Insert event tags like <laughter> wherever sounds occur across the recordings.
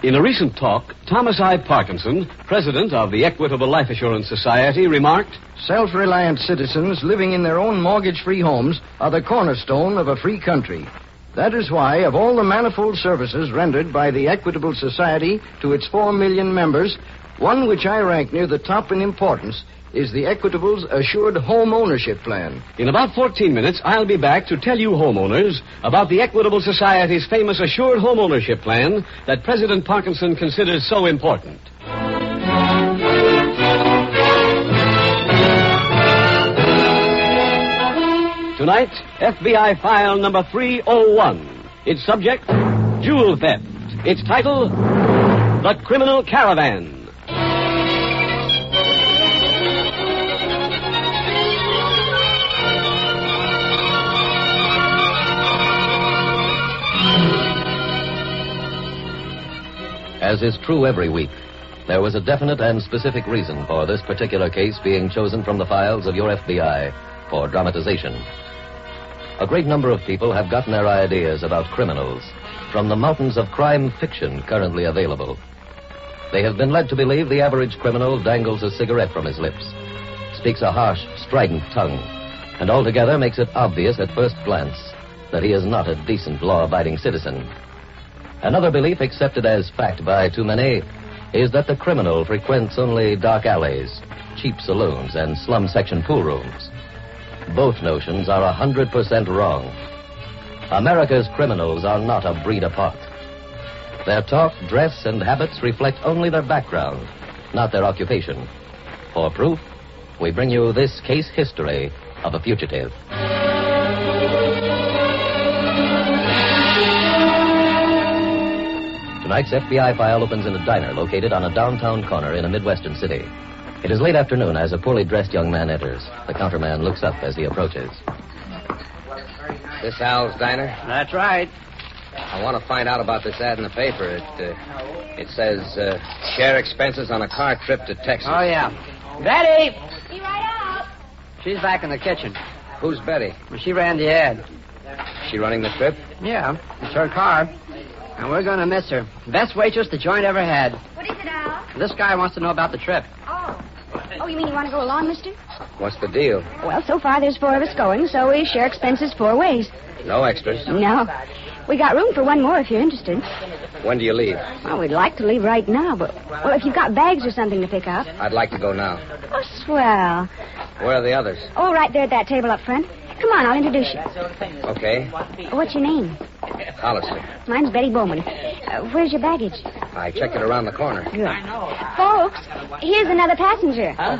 In a recent talk, Thomas I. Parkinson, president of the Equitable Life Assurance Society, remarked Self reliant citizens living in their own mortgage free homes are the cornerstone of a free country. That is why, of all the manifold services rendered by the Equitable Society to its four million members, one which I rank near the top in importance is the Equitable's Assured Home Ownership Plan. In about 14 minutes, I'll be back to tell you homeowners about the Equitable Society's famous assured home ownership plan that President Parkinson considers so important. Tonight, FBI file number 301. Its subject, jewel theft. Its title, The Criminal Caravan. As is true every week, there was a definite and specific reason for this particular case being chosen from the files of your FBI for dramatization. A great number of people have gotten their ideas about criminals from the mountains of crime fiction currently available. They have been led to believe the average criminal dangles a cigarette from his lips, speaks a harsh, strident tongue, and altogether makes it obvious at first glance that he is not a decent, law abiding citizen. Another belief accepted as fact by too many is that the criminal frequents only dark alleys, cheap saloons, and slum section pool rooms. Both notions are 100% wrong. America's criminals are not a breed apart. Their talk, dress, and habits reflect only their background, not their occupation. For proof, we bring you this case history of a fugitive. Tonight's FBI file opens in a diner located on a downtown corner in a Midwestern city. It is late afternoon as a poorly dressed young man enters. The counterman looks up as he approaches. This Al's Diner? That's right. I want to find out about this ad in the paper. It uh, it says uh, share expenses on a car trip to Texas. Oh, yeah. Betty! Be right up. She's back in the kitchen. Who's Betty? She ran the ad. She running the trip? Yeah, it's her car. And we're going to miss her. Best waitress the joint ever had. What is it, Al? This guy wants to know about the trip. Oh. Oh, you mean you want to go along, mister? What's the deal? Well, so far there's four of us going, so we share expenses four ways. No extras. No. We got room for one more if you're interested. When do you leave? Well, we'd like to leave right now, but well, if you've got bags or something to pick up. I'd like to go now. Oh, swell. Where are the others? Oh, right there at that table up front. Come on, I'll introduce you. Oh, Okay. What's your name? Hollister. Mine's Betty Bowman. Uh, where's your baggage? I checked it around the corner. Good. Folks, here's another passenger. Oh,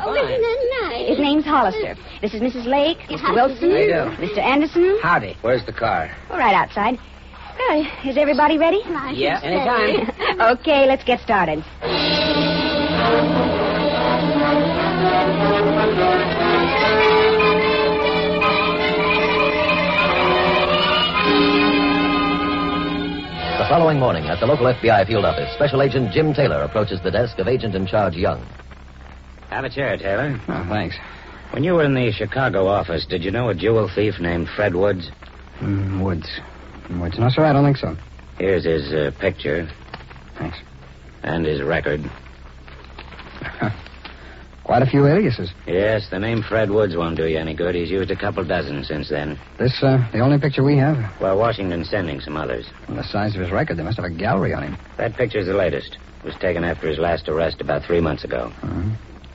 fine. His name's Hollister. This is Mrs. Lake, Mr. Wilson, How Mr. Anderson. Howdy. Where's the car? We're right outside. Well, is everybody ready? Yeah. Anytime. <laughs> okay, let's get started. The following morning, at the local FBI field office, Special Agent Jim Taylor approaches the desk of Agent in Charge Young. Have a chair, Taylor. Oh, thanks. When you were in the Chicago office, did you know a jewel thief named Fred Woods? Mm, Woods. Woods. No, sir, I don't think so. Here's his uh, picture Thanks. and his record. Quite a few aliases. Yes, the name Fred Woods won't do you any good. He's used a couple dozen since then. This, uh, the only picture we have. Well, Washington's sending some others. From the size of his record, they must have a gallery on him. That picture's the latest. It was taken after his last arrest about three months ago.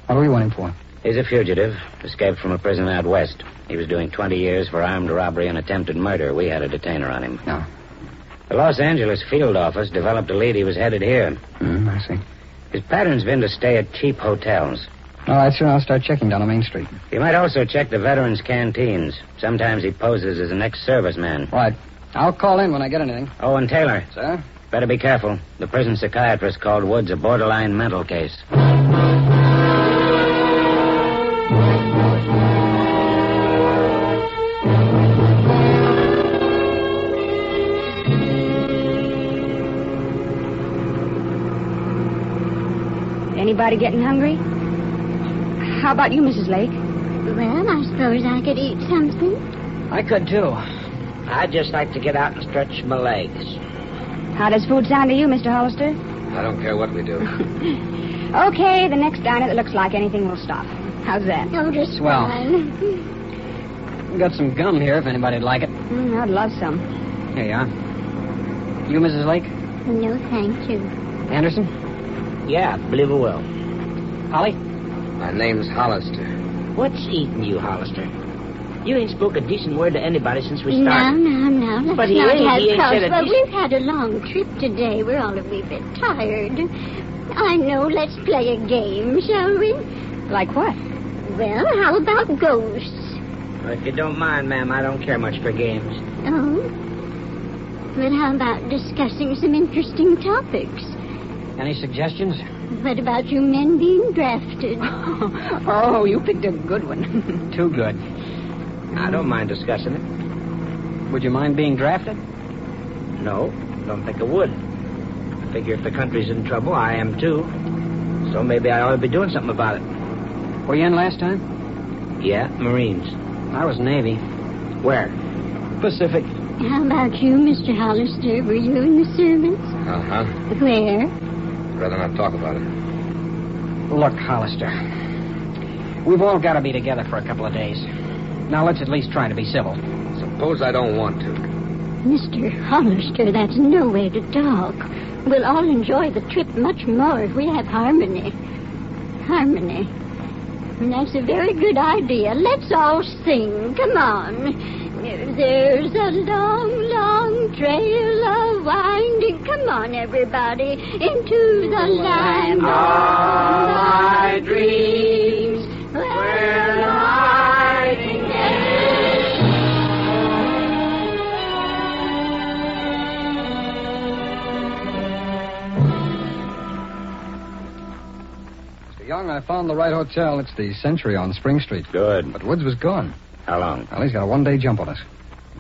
What do we want him for? He's a fugitive, escaped from a prison out west. He was doing 20 years for armed robbery and attempted murder. We had a detainer on him. No. The Los Angeles field office developed a lead he was headed here. Hmm, I see. His pattern's been to stay at cheap hotels. All right, sir. I'll start checking down on Main Street. You might also check the veterans' canteens. Sometimes he poses as an ex-serviceman. Right. I'll call in when I get anything. Oh, and Taylor, Sir? better be careful. The prison psychiatrist called Woods a borderline mental case. Anybody getting hungry? How about you, Mrs. Lake? Well, I suppose I could eat something. I could, too. I'd just like to get out and stretch my legs. How does food sound to you, Mr. Hollister? I don't care what <laughs> we do. Okay, the next diner that looks like anything will stop. How's that? Oh, just Swell. fine. Got some gum here if anybody'd like it. Mm, I'd love some. Here you are. You, Mrs. Lake? No, thank you. Anderson? yeah, believe it will. Holly? My name's Hollister. What's eating you, Hollister? You ain't spoke a decent word to anybody since we Now, started. now, now, let's But he not ain't- have he ain't fuss. said a Well, dis- we've had a long trip today. We're all a wee bit tired. I know. Let's play a game, shall we? Like what? Well, how about ghosts? If you don't mind, ma'am, I don't care much for games. Oh? But how about discussing some interesting topics? Any suggestions? What about you men <laughs> being drafted? oh, you picked a good one. Too good. I don't mind discussing it. Would you mind being drafted? No, don't think I would. I figure if the country's in trouble, I am too. So maybe I ought to be doing something about it. Were you in last time? Yeah, Marines. I was Navy. Where? Pacific. How about you, Mr. Hollister? Were you in the service? Uh-huh. Where? Rather not talk about it. Look, Hollister. We've all got to be together for a couple of days. Now let's at least try to be civil. Suppose I don't want to. Mr. Hollister, that's no way to talk. We'll all enjoy the trip much more if we have harmony. Harmony. And that's a very good idea. Let's all sing. Come on. There's a long, long trail of winding. Come on, everybody, into the limelight. my dreams. Where lighting Mr. Young, I found the right hotel. It's the Century on Spring Street. Good. But Woods was gone. How long? Well, he's got a one day jump on us.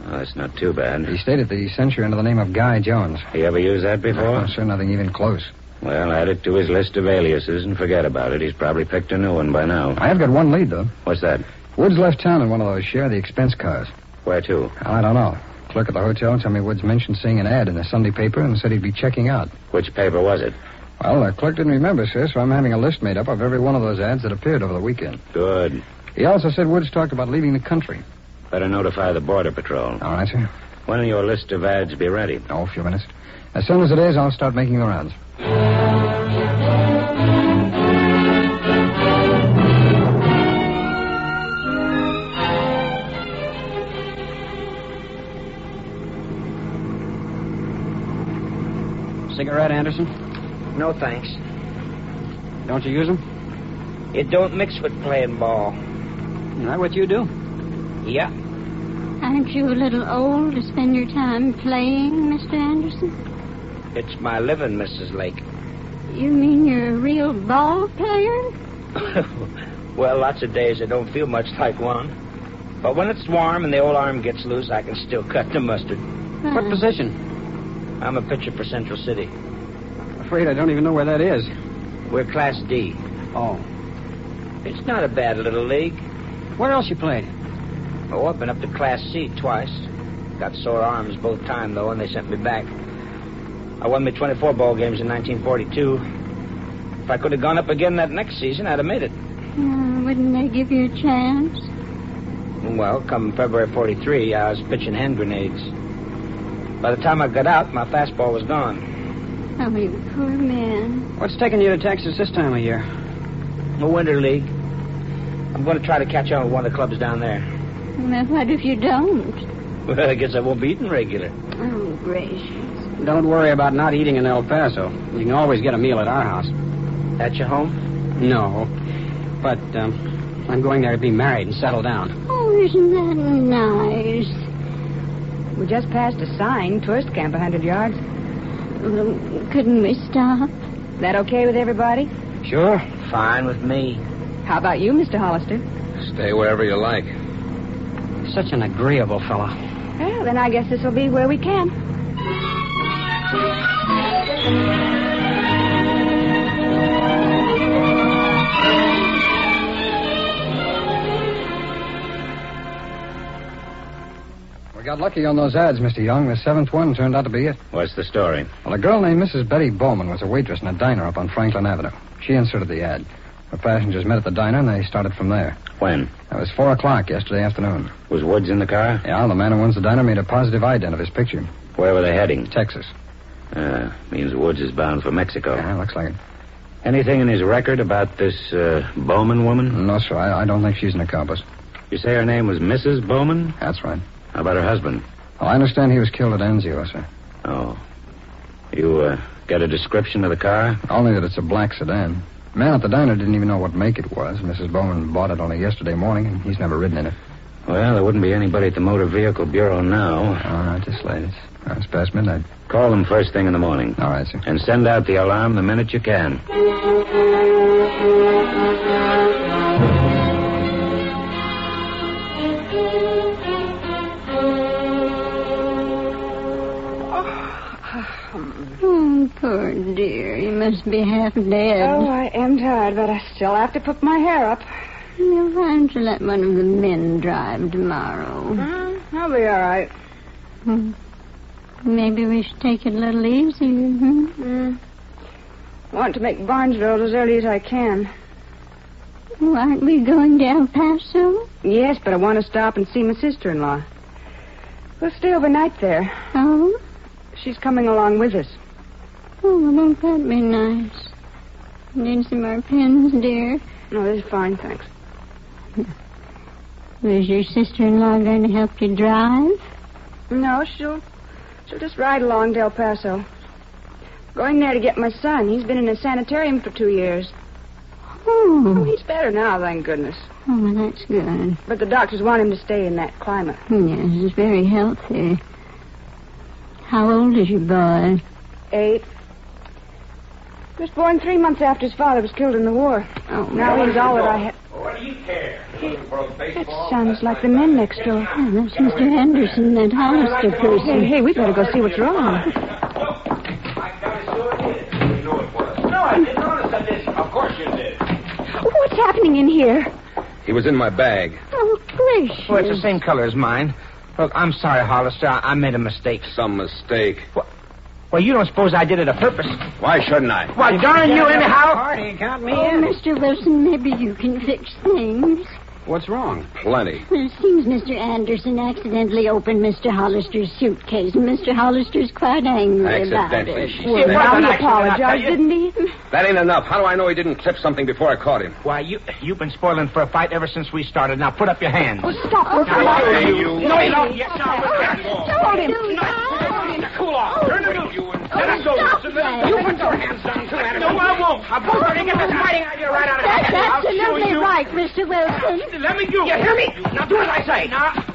Oh, that's not too bad. He stayed at the Century under the name of Guy Jones. You ever used that before? Oh, sure, nothing even close. Well, add it to his list of aliases and forget about it. He's probably picked a new one by now. I have got one lead, though. What's that? Woods left town in one of those share the expense cars. Where to? I don't know. Clerk at the hotel told me Woods mentioned seeing an ad in the Sunday paper and said he'd be checking out. Which paper was it? Well, the clerk didn't remember, sir, so I'm having a list made up of every one of those ads that appeared over the weekend. Good. He also said Woods talked about leaving the country. Better notify the Border Patrol. All right, sir. When'll your list of ads be ready? Oh, a few minutes. As soon as it is, I'll start making the rounds. Cigarette, Anderson? No, thanks. Don't you use them? It don't mix with playing ball. Is that what you do? Yeah. Aren't you a little old to spend your time playing, Mr. Anderson? It's my living, Mrs. Lake. You mean you're a real ball player? well, lots of days I don't feel much like one. But when it's warm and the old arm gets loose, I can still cut the mustard. Huh. What position? I'm a pitcher for Central City. Afraid I don't even know where that is. We're Class D. Oh. It's not a bad little league. Where else you played? Oh, I've been up to Class C twice. Got sore arms both time though, and they sent me back. I won me 24 ball games in 1942. If I could have gone up again that next season, I'd have made it. Uh, wouldn't they give you a chance? Well, come February uh, 43, I was pitching hand grenades. By the time I got out, my fastball was gone. Oh, you poor man. What's taking you to Texas this time of year? The Winter League. I'm going to try to catch on with one of the clubs down there. Well, what if you don't? Well, I guess I won't be eating regular. Oh, gracious. Don't worry about not eating in El Paso. You can always get a meal at our house. At your home? No. but um, I'm going there to be married and settle down. Oh, isn't that nice? We just passed a sign, tourist camp a 100 yards. Well, couldn't we stop? That okay with everybody? Sure. Fine with me. How about you, Mr. Hollister? Stay wherever you like. Such an agreeable fellow. Well, then I guess this will be where we camp. We got lucky on those ads, Mr. Young. The seventh one turned out to be it. What's the story? Well, a girl named Mrs. Betty Bowman was a waitress in a diner up on Franklin Avenue. She inserted the ad. Her passengers met at the diner, and they started from there. When? It was 4 o'clock yesterday afternoon. Was Woods in the car? Yeah, the man who owns the diner made a positive ident of his picture. Where were they heading? Texas. Uh, Ah, means Woods is bound for Mexico. Yeah, looks like it. Anything in his record about this uh, Bowman woman? No, sir, I, I don't think she's an accomplice. You say her name was Mrs. Bowman? That's right. How about her husband? Well, I understand he was killed at Anzio, sir. Oh. You uh, get a description of the car? Only that it's a black sedan. The man at the diner didn't even know what make it was. Mrs. Bowman bought it only yesterday morning, and he's never ridden in it. Well, there wouldn't be anybody at the Motor Vehicle Bureau now. All right, just late. It's, well, it's past midnight. Call them first thing in the morning. All right, sir. And send out the alarm the minute you can. Oh, poor dear. You must be half dead. Oh, I am tired, but I still have to put my hair up. You'll find to let one of the men drive Hmm? tomorrow. I'll be all right. Hmm. Maybe we should take it a little easier, hmm? Want to make Barnesville as early as I can. Oh, aren't we going to El Paso? Yes, but I want to stop and see my sister-in-law. We'll stay overnight there. Oh? She's coming along with us. Oh, won't that be nice? Need some more pins, dear? No, Oh, this is fine, thanks. Is your sister-in-law going to help you drive? No, she'll she'll just ride along to El Paso. Going there to get my son. He's been in a sanitarium for two years. Oh, Oh, he's better now, thank goodness. oh well, that's good. But the doctors want him to stay in that climate. Yes, it's very healthy. How old is your boy? Eight. He was born three months after his father was killed in the war. Oh, Now he's all that I have. What do you care? That sounds like the men next door. Oh, that's Mr. Henderson, that Hollister Hey, person. hey, we better go see what's wrong. No, I didn't notice I did. Of course you did. What's happening in here? He was in my bag. Oh, gracious. Well, it's the same color as mine. Look, I'm sorry, Hollister. I, I made a mistake. Some mistake. Well, you don't suppose I did it a purpose. Why shouldn't I? Why, darn you, anyhow? Party, count me Oh, Mr. Wilson, maybe you can fix things. What's wrong? Plenty. Well, it seems Mr. Anderson accidentally opened Mr. Hollister's suitcase, and Mr. Hollister's quite angry about it. Accidentally. she Well, wasn't said. he accident, I tell apologized, you. didn't he? That ain't enough. How do I know he didn't clip something before I caught him? Why, you, you've been spoiling for a fight ever since we started. Now, put up your hands. Well, stop. We're Hey, polite. you. No, you don't. Yes, sir. Hold him. Cool off. Turn Oh, it loose. Let us go. You put your hands down, too, Anderson. No, I won't. I'm going to get this fighting idea right out of That's here. I'll show absolutely you. right, Mr. Wilson. Let me go. You hear me? Now, do as I say. Now,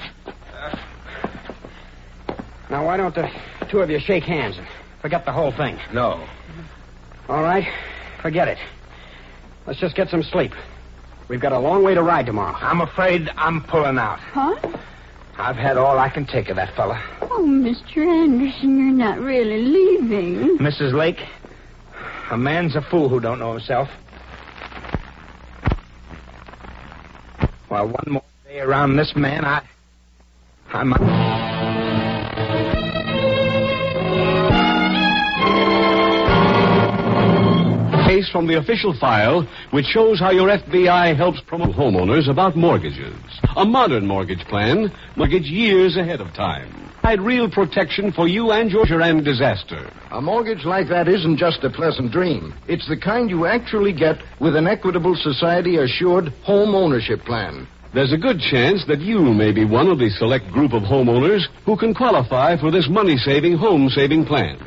Now, why don't the two of you shake hands and forget the whole thing? No. All right, forget it. Let's just get some sleep. We've got a long way to ride tomorrow. I'm afraid I'm pulling out. Huh? I've had all I can take of that fella. Oh, Mr. Anderson, you're not really leaving. Mrs. Lake, a man's a fool who don't know himself. Well, one more day around this man, I. I might. Case from the official file, which shows how your FBI helps promote homeowners about mortgages. A modern mortgage plan, mortgage years ahead of time. Provide real protection for you and your and disaster. A mortgage like that isn't just a pleasant dream. It's the kind you actually get with an Equitable Society Assured Home Ownership Plan. There's a good chance that you may be one of the select group of homeowners who can qualify for this money saving home saving plan.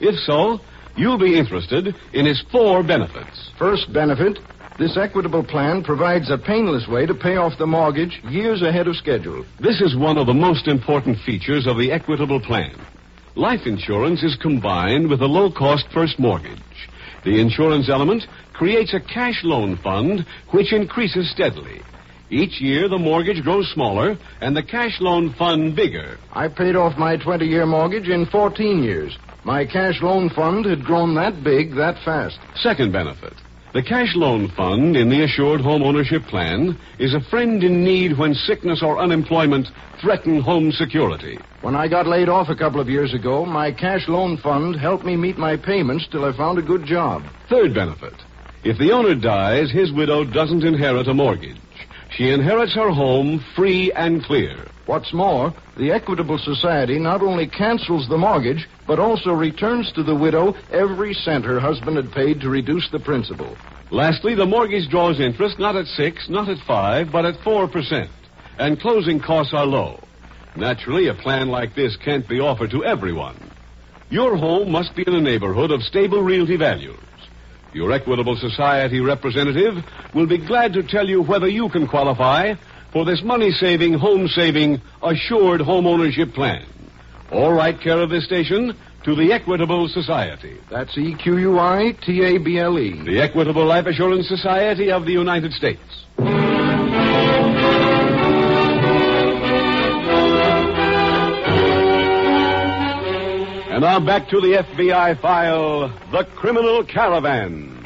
If so, you'll be interested in its four benefits. First benefit This equitable plan provides a painless way to pay off the mortgage years ahead of schedule. This is one of the most important features of the Equitable Plan. Life insurance is combined with a low cost first mortgage. The insurance element creates a cash loan fund which increases steadily. Each year, the mortgage grows smaller and the cash loan fund bigger. I paid off my 20 year mortgage in 14 years. My cash loan fund had grown that big that fast. Second benefit the cash loan fund in the Assured Home Ownership Plan is a friend in need when sickness or unemployment threaten home security. When I got laid off a couple of years ago, my cash loan fund helped me meet my payments till I found a good job. Third benefit if the owner dies, his widow doesn't inherit a mortgage. She inherits her home free and clear. What's more, the Equitable Society not only cancels the mortgage, but also returns to the widow every cent her husband had paid to reduce the principal. Lastly, the mortgage draws interest not at 6, not at 5, but at 4%. And closing costs are low. Naturally, a plan like this can't be offered to everyone. Your home must be in a neighborhood of stable realty values. Your Equitable Society representative will be glad to tell you whether you can qualify for this money saving, home saving, assured home ownership plan. All right, care of this station to the Equitable Society. That's E Q U I T A B L E. The Equitable Life Assurance Society of the United States. And now back to the FBI file The Criminal Caravan.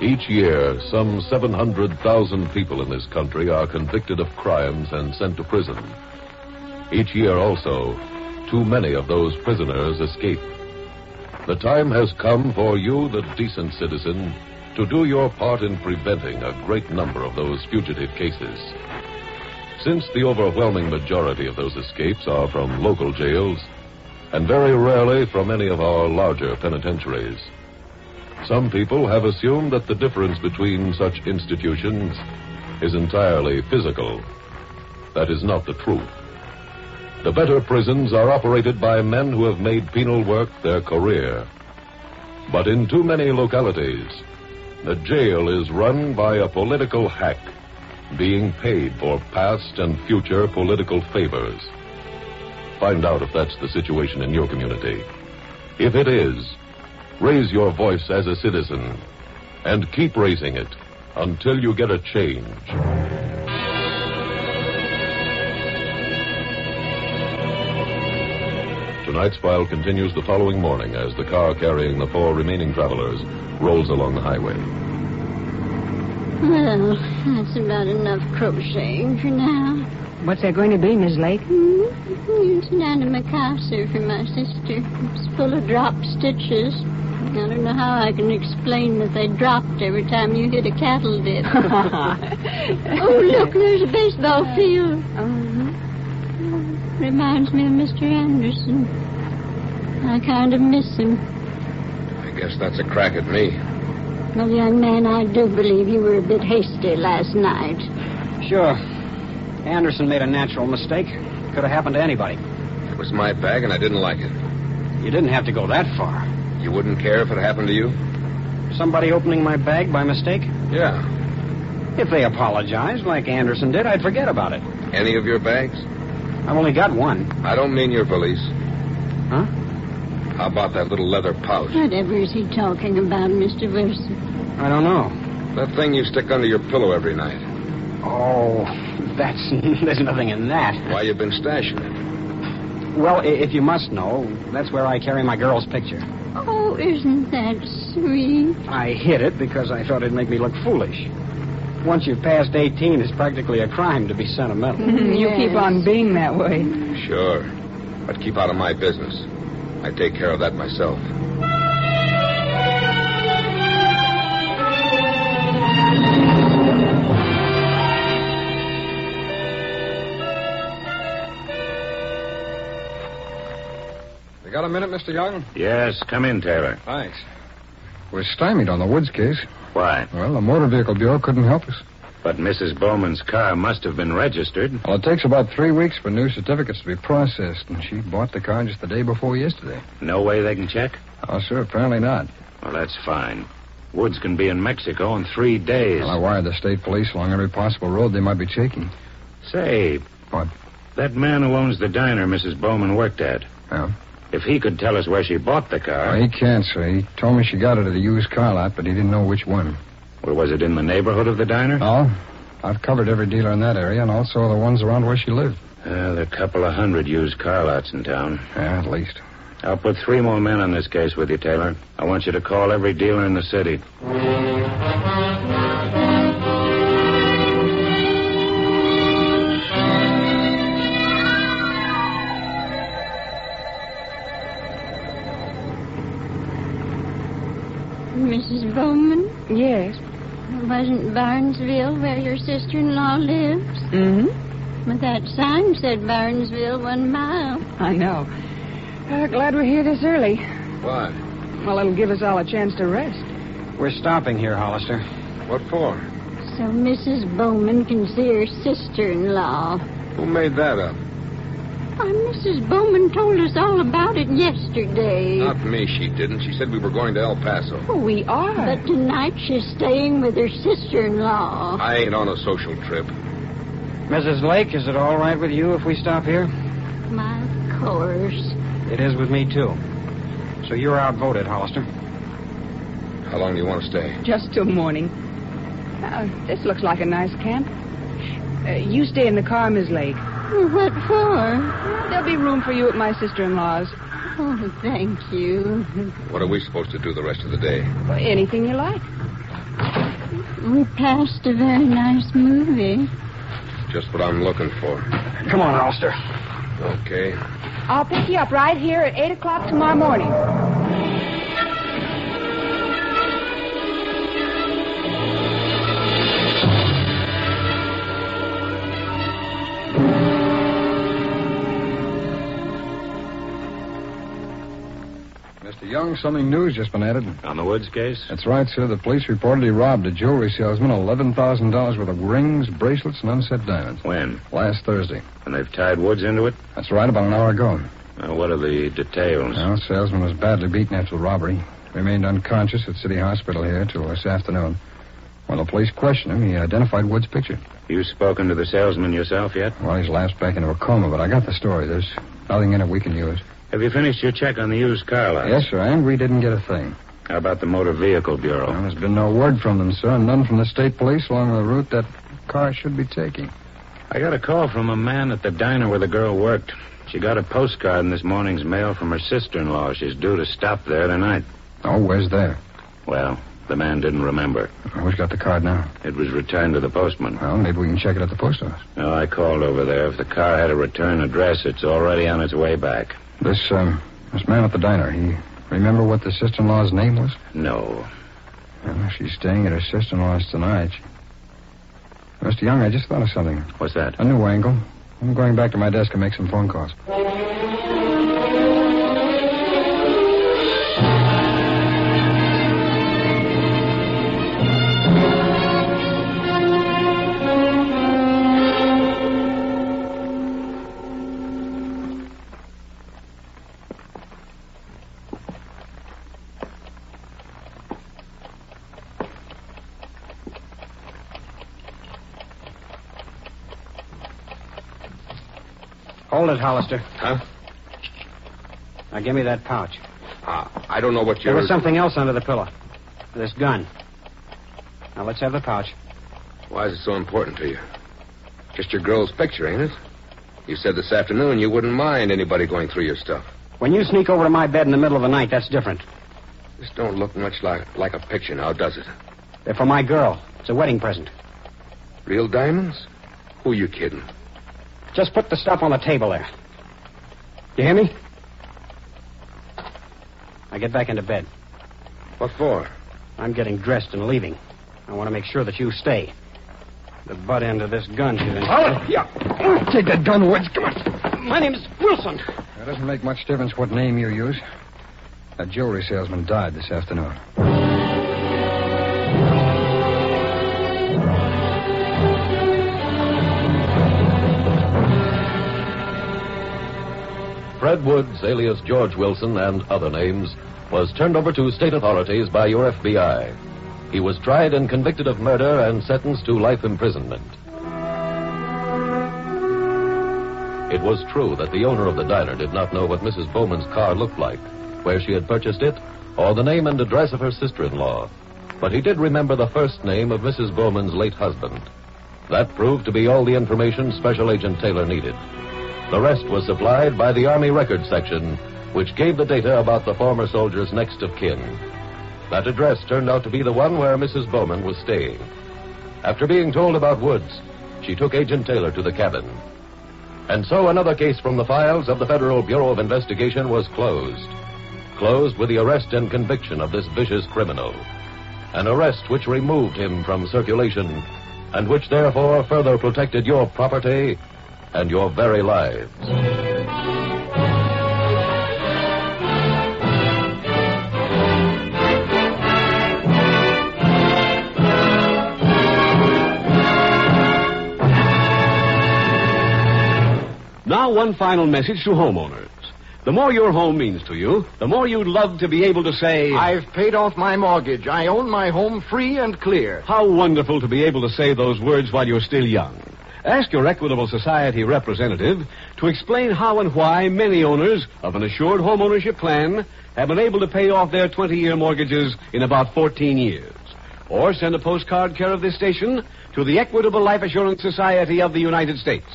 Each year, some 700,000 people in this country are convicted of crimes and sent to prison. Each year, also, too many of those prisoners escape. The time has come for you, the decent citizen, to do your part in preventing a great number of those fugitive cases. Since the overwhelming majority of those escapes are from local jails, and very rarely from any of our larger penitentiaries, some people have assumed that the difference between such institutions is entirely physical. That is not the truth. The better prisons are operated by men who have made penal work their career. But in too many localities, the jail is run by a political hack being paid for past and future political favors. Find out if that's the situation in your community. If it is, Raise your voice as a citizen and keep raising it until you get a change. Tonight's file continues the following morning as the car carrying the four remaining travelers rolls along the highway. Well, that's about enough crocheting for now. What's that going to be, Miss Lake? Mm-hmm. It's down to Macassar for my sister. It's full of dropped stitches. I don't know how I can explain that they dropped every time you hit a cattle dip. oh, look, there's a baseball field. Reminds me of Mr. Anderson. I kind of miss him. I guess that's a crack at me. Well, young man, I do believe you were a bit hasty last night. Sure. Anderson made a natural mistake. Could have happened to anybody. It was my bag, and I didn't like it. You didn't have to go that far. You wouldn't care if it happened to you? Somebody opening my bag by mistake? Yeah. If they apologized, like Anderson did, I'd forget about it. Any of your bags? I've only got one. I don't mean your valise. Huh? How about that little leather pouch? Whatever is he talking about, Mr. Wilson? I don't know. That thing you stick under your pillow every night. Oh, that's <laughs> there's nothing in that. Why you been stashing it? Well, i- if you must know, that's where I carry my girl's picture. Oh, isn't that sweet? I hid it because I thought it'd make me look foolish. Once you've passed 18, it's practically a crime to be sentimental. <laughs> <laughs> You keep on being that way. Sure. But keep out of my business. I take care of that myself. You got a minute, Mr. Young? Yes, come in, Taylor. Thanks. We're stymied on the Woods case. Why? Well, the Motor Vehicle Bureau couldn't help us. But Mrs. Bowman's car must have been registered. Well, it takes about three weeks for new certificates to be processed, and she bought the car just the day before yesterday. No way they can check? Oh, sir, apparently not. Well, that's fine. Woods can be in Mexico in three days. Well, I wired the state police along every possible road they might be checking. Say. What? That man who owns the diner Mrs. Bowman worked at. Yeah? If he could tell us where she bought the car. Well, he can't, sir. He told me she got it at a used car lot, but he didn't know which one. Well, was it in the neighborhood of the diner? No. I've covered every dealer in that area and also the ones around where she lived. Uh, there are a couple of hundred used car lots in town. Yeah, at least. I'll put three more men on this case with you, Taylor. I want you to call every dealer in the city. Mrs. Bowman? Yes. Wasn't Barnesville where your sister in law lives? Mm-hmm. But that sign said Barnesville one mile. I know. Uh, glad we're here this early. Why? Well, it'll give us all a chance to rest. We're stopping here, Hollister. What for? So Mrs. Bowman can see her sister in law. Who made that up? Why, Mrs. Bowman told us all about it yesterday. Not me, she didn't. She said we were going to El Paso. Oh, we are. But tonight she's staying with her sister in law. I ain't on a social trip. Mrs. Lake, is it all right with you if we stop here? My, of course. It is with me, too. So you're outvoted, Hollister. How long do you want to stay? Just till morning. Uh, this looks like a nice camp. Uh, you stay in the car, Miss Lake. What for? There'll be room for you at my sister-in-law's. Oh, thank you. What are we supposed to do the rest of the day? Well, anything you like. We passed a very nice movie. Just what I'm looking for. Come on, Hollister. Okay. I'll pick you up right here at 8 o'clock tomorrow morning. Mr. Young, something new's just been added. On the Woods case? That's right, sir. The police reported he robbed a jewelry salesman $11,000 worth of rings, bracelets, and unset diamonds. When? Last Thursday. And they've tied Woods into it? That's right, about an hour ago. Now, what are the details? Well, salesman was badly beaten after the robbery. Remained unconscious at City Hospital here till this afternoon. When the police questioned him, he identified Wood's picture. You spoken to the salesman yourself yet? Well, he's lapsed back into a coma, but I got the story. There's nothing in it we can use. Have you finished your check on the used car lot? Yes, sir, and we didn't get a thing. How about the Motor Vehicle Bureau? Well, there's been no word from them, sir, and none from the state police along the route that car should be taking. I got a call from a man at the diner where the girl worked. She got a postcard in this morning's mail from her sister in law. She's due to stop there tonight. Oh, where's there? Well, the man didn't remember. Who's got the card now? It was returned to the postman. Well, maybe we can check it at the post office. No, I called over there. If the car had a return address, it's already on its way back. This, um, this man at the diner, he remember what the sister-in-law's name was? No. Well, she's staying at her sister-in-law's tonight. She- Mr. Young, I just thought of something. What's that? A new angle. I'm going back to my desk and make some phone calls. Hold it, Hollister. Huh? Now give me that pouch. Ah, I don't know what you're. There was something else under the pillow. This gun. Now let's have the pouch. Why is it so important to you? Just your girl's picture, ain't it? You said this afternoon you wouldn't mind anybody going through your stuff. When you sneak over to my bed in the middle of the night, that's different. This don't look much like like a picture now, does it? They're for my girl. It's a wedding present. Real diamonds? Who you kidding? Just put the stuff on the table there. You hear me? Now get back into bed. What for? I'm getting dressed and leaving. I want to make sure that you stay. The butt end of this gun, you think? Hold it! Oh, Yeah. Take that gun, Woods. Come on. My name's Wilson. It doesn't make much difference what name you use. That jewelry salesman died this afternoon. Red Woods, alias George Wilson, and other names, was turned over to state authorities by your FBI. He was tried and convicted of murder and sentenced to life imprisonment. It was true that the owner of the diner did not know what Mrs. Bowman's car looked like, where she had purchased it, or the name and address of her sister in law. But he did remember the first name of Mrs. Bowman's late husband. That proved to be all the information Special Agent Taylor needed. The rest was supplied by the Army Records Section, which gave the data about the former soldier's next of kin. That address turned out to be the one where Mrs. Bowman was staying. After being told about Woods, she took Agent Taylor to the cabin. And so another case from the files of the Federal Bureau of Investigation was closed. Closed with the arrest and conviction of this vicious criminal. An arrest which removed him from circulation and which therefore further protected your property and your very lives. Now, one final message to homeowners. The more your home means to you, the more you'd love to be able to say, I've paid off my mortgage. I own my home free and clear. How wonderful to be able to say those words while you're still young. Ask your Equitable Society representative to explain how and why many owners of an assured home ownership plan have been able to pay off their 20 year mortgages in about 14 years. Or send a postcard care of this station to the Equitable Life Assurance Society of the United States.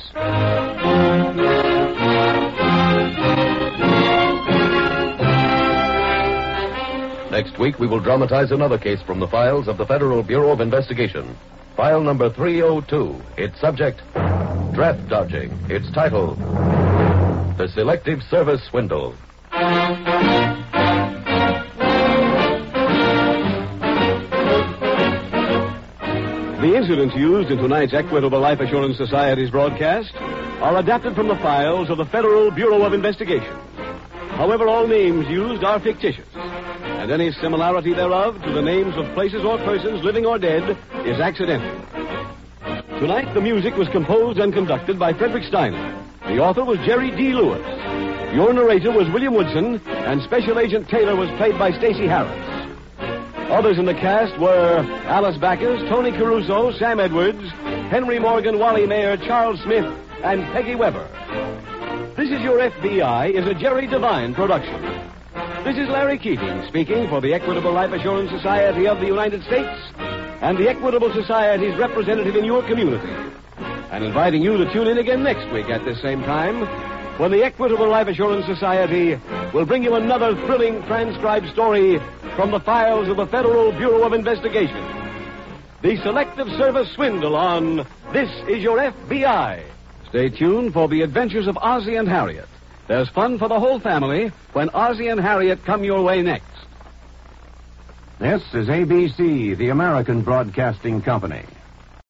Next week, we will dramatize another case from the files of the Federal Bureau of Investigation. File number 302. Its subject, draft dodging. Its title, The Selective Service Swindle. The incidents used in tonight's Equitable Life Assurance Society's broadcast are adapted from the files of the Federal Bureau of Investigation. However, all names used are fictitious, and any similarity thereof to the names of places or persons living or dead is accidental. Tonight, the music was composed and conducted by Frederick Steiner. The author was Jerry D. Lewis. Your narrator was William Woodson, and Special Agent Taylor was played by Stacy Harris. Others in the cast were Alice Backers, Tony Caruso, Sam Edwards, Henry Morgan, Wally Mayer, Charles Smith, and Peggy Weber. This is Your FBI is a Jerry Devine production. This is Larry Keating speaking for the Equitable Life Assurance Society of the United States and the Equitable Society's representative in your community. And inviting you to tune in again next week at this same time when the Equitable Life Assurance Society will bring you another thrilling transcribed story from the files of the Federal Bureau of Investigation. The Selective Service Swindle on This Is Your FBI. Stay tuned for the adventures of Ozzie and Harriet. There's fun for the whole family when Ozzie and Harriet come your way next. This is ABC, the American Broadcasting Company.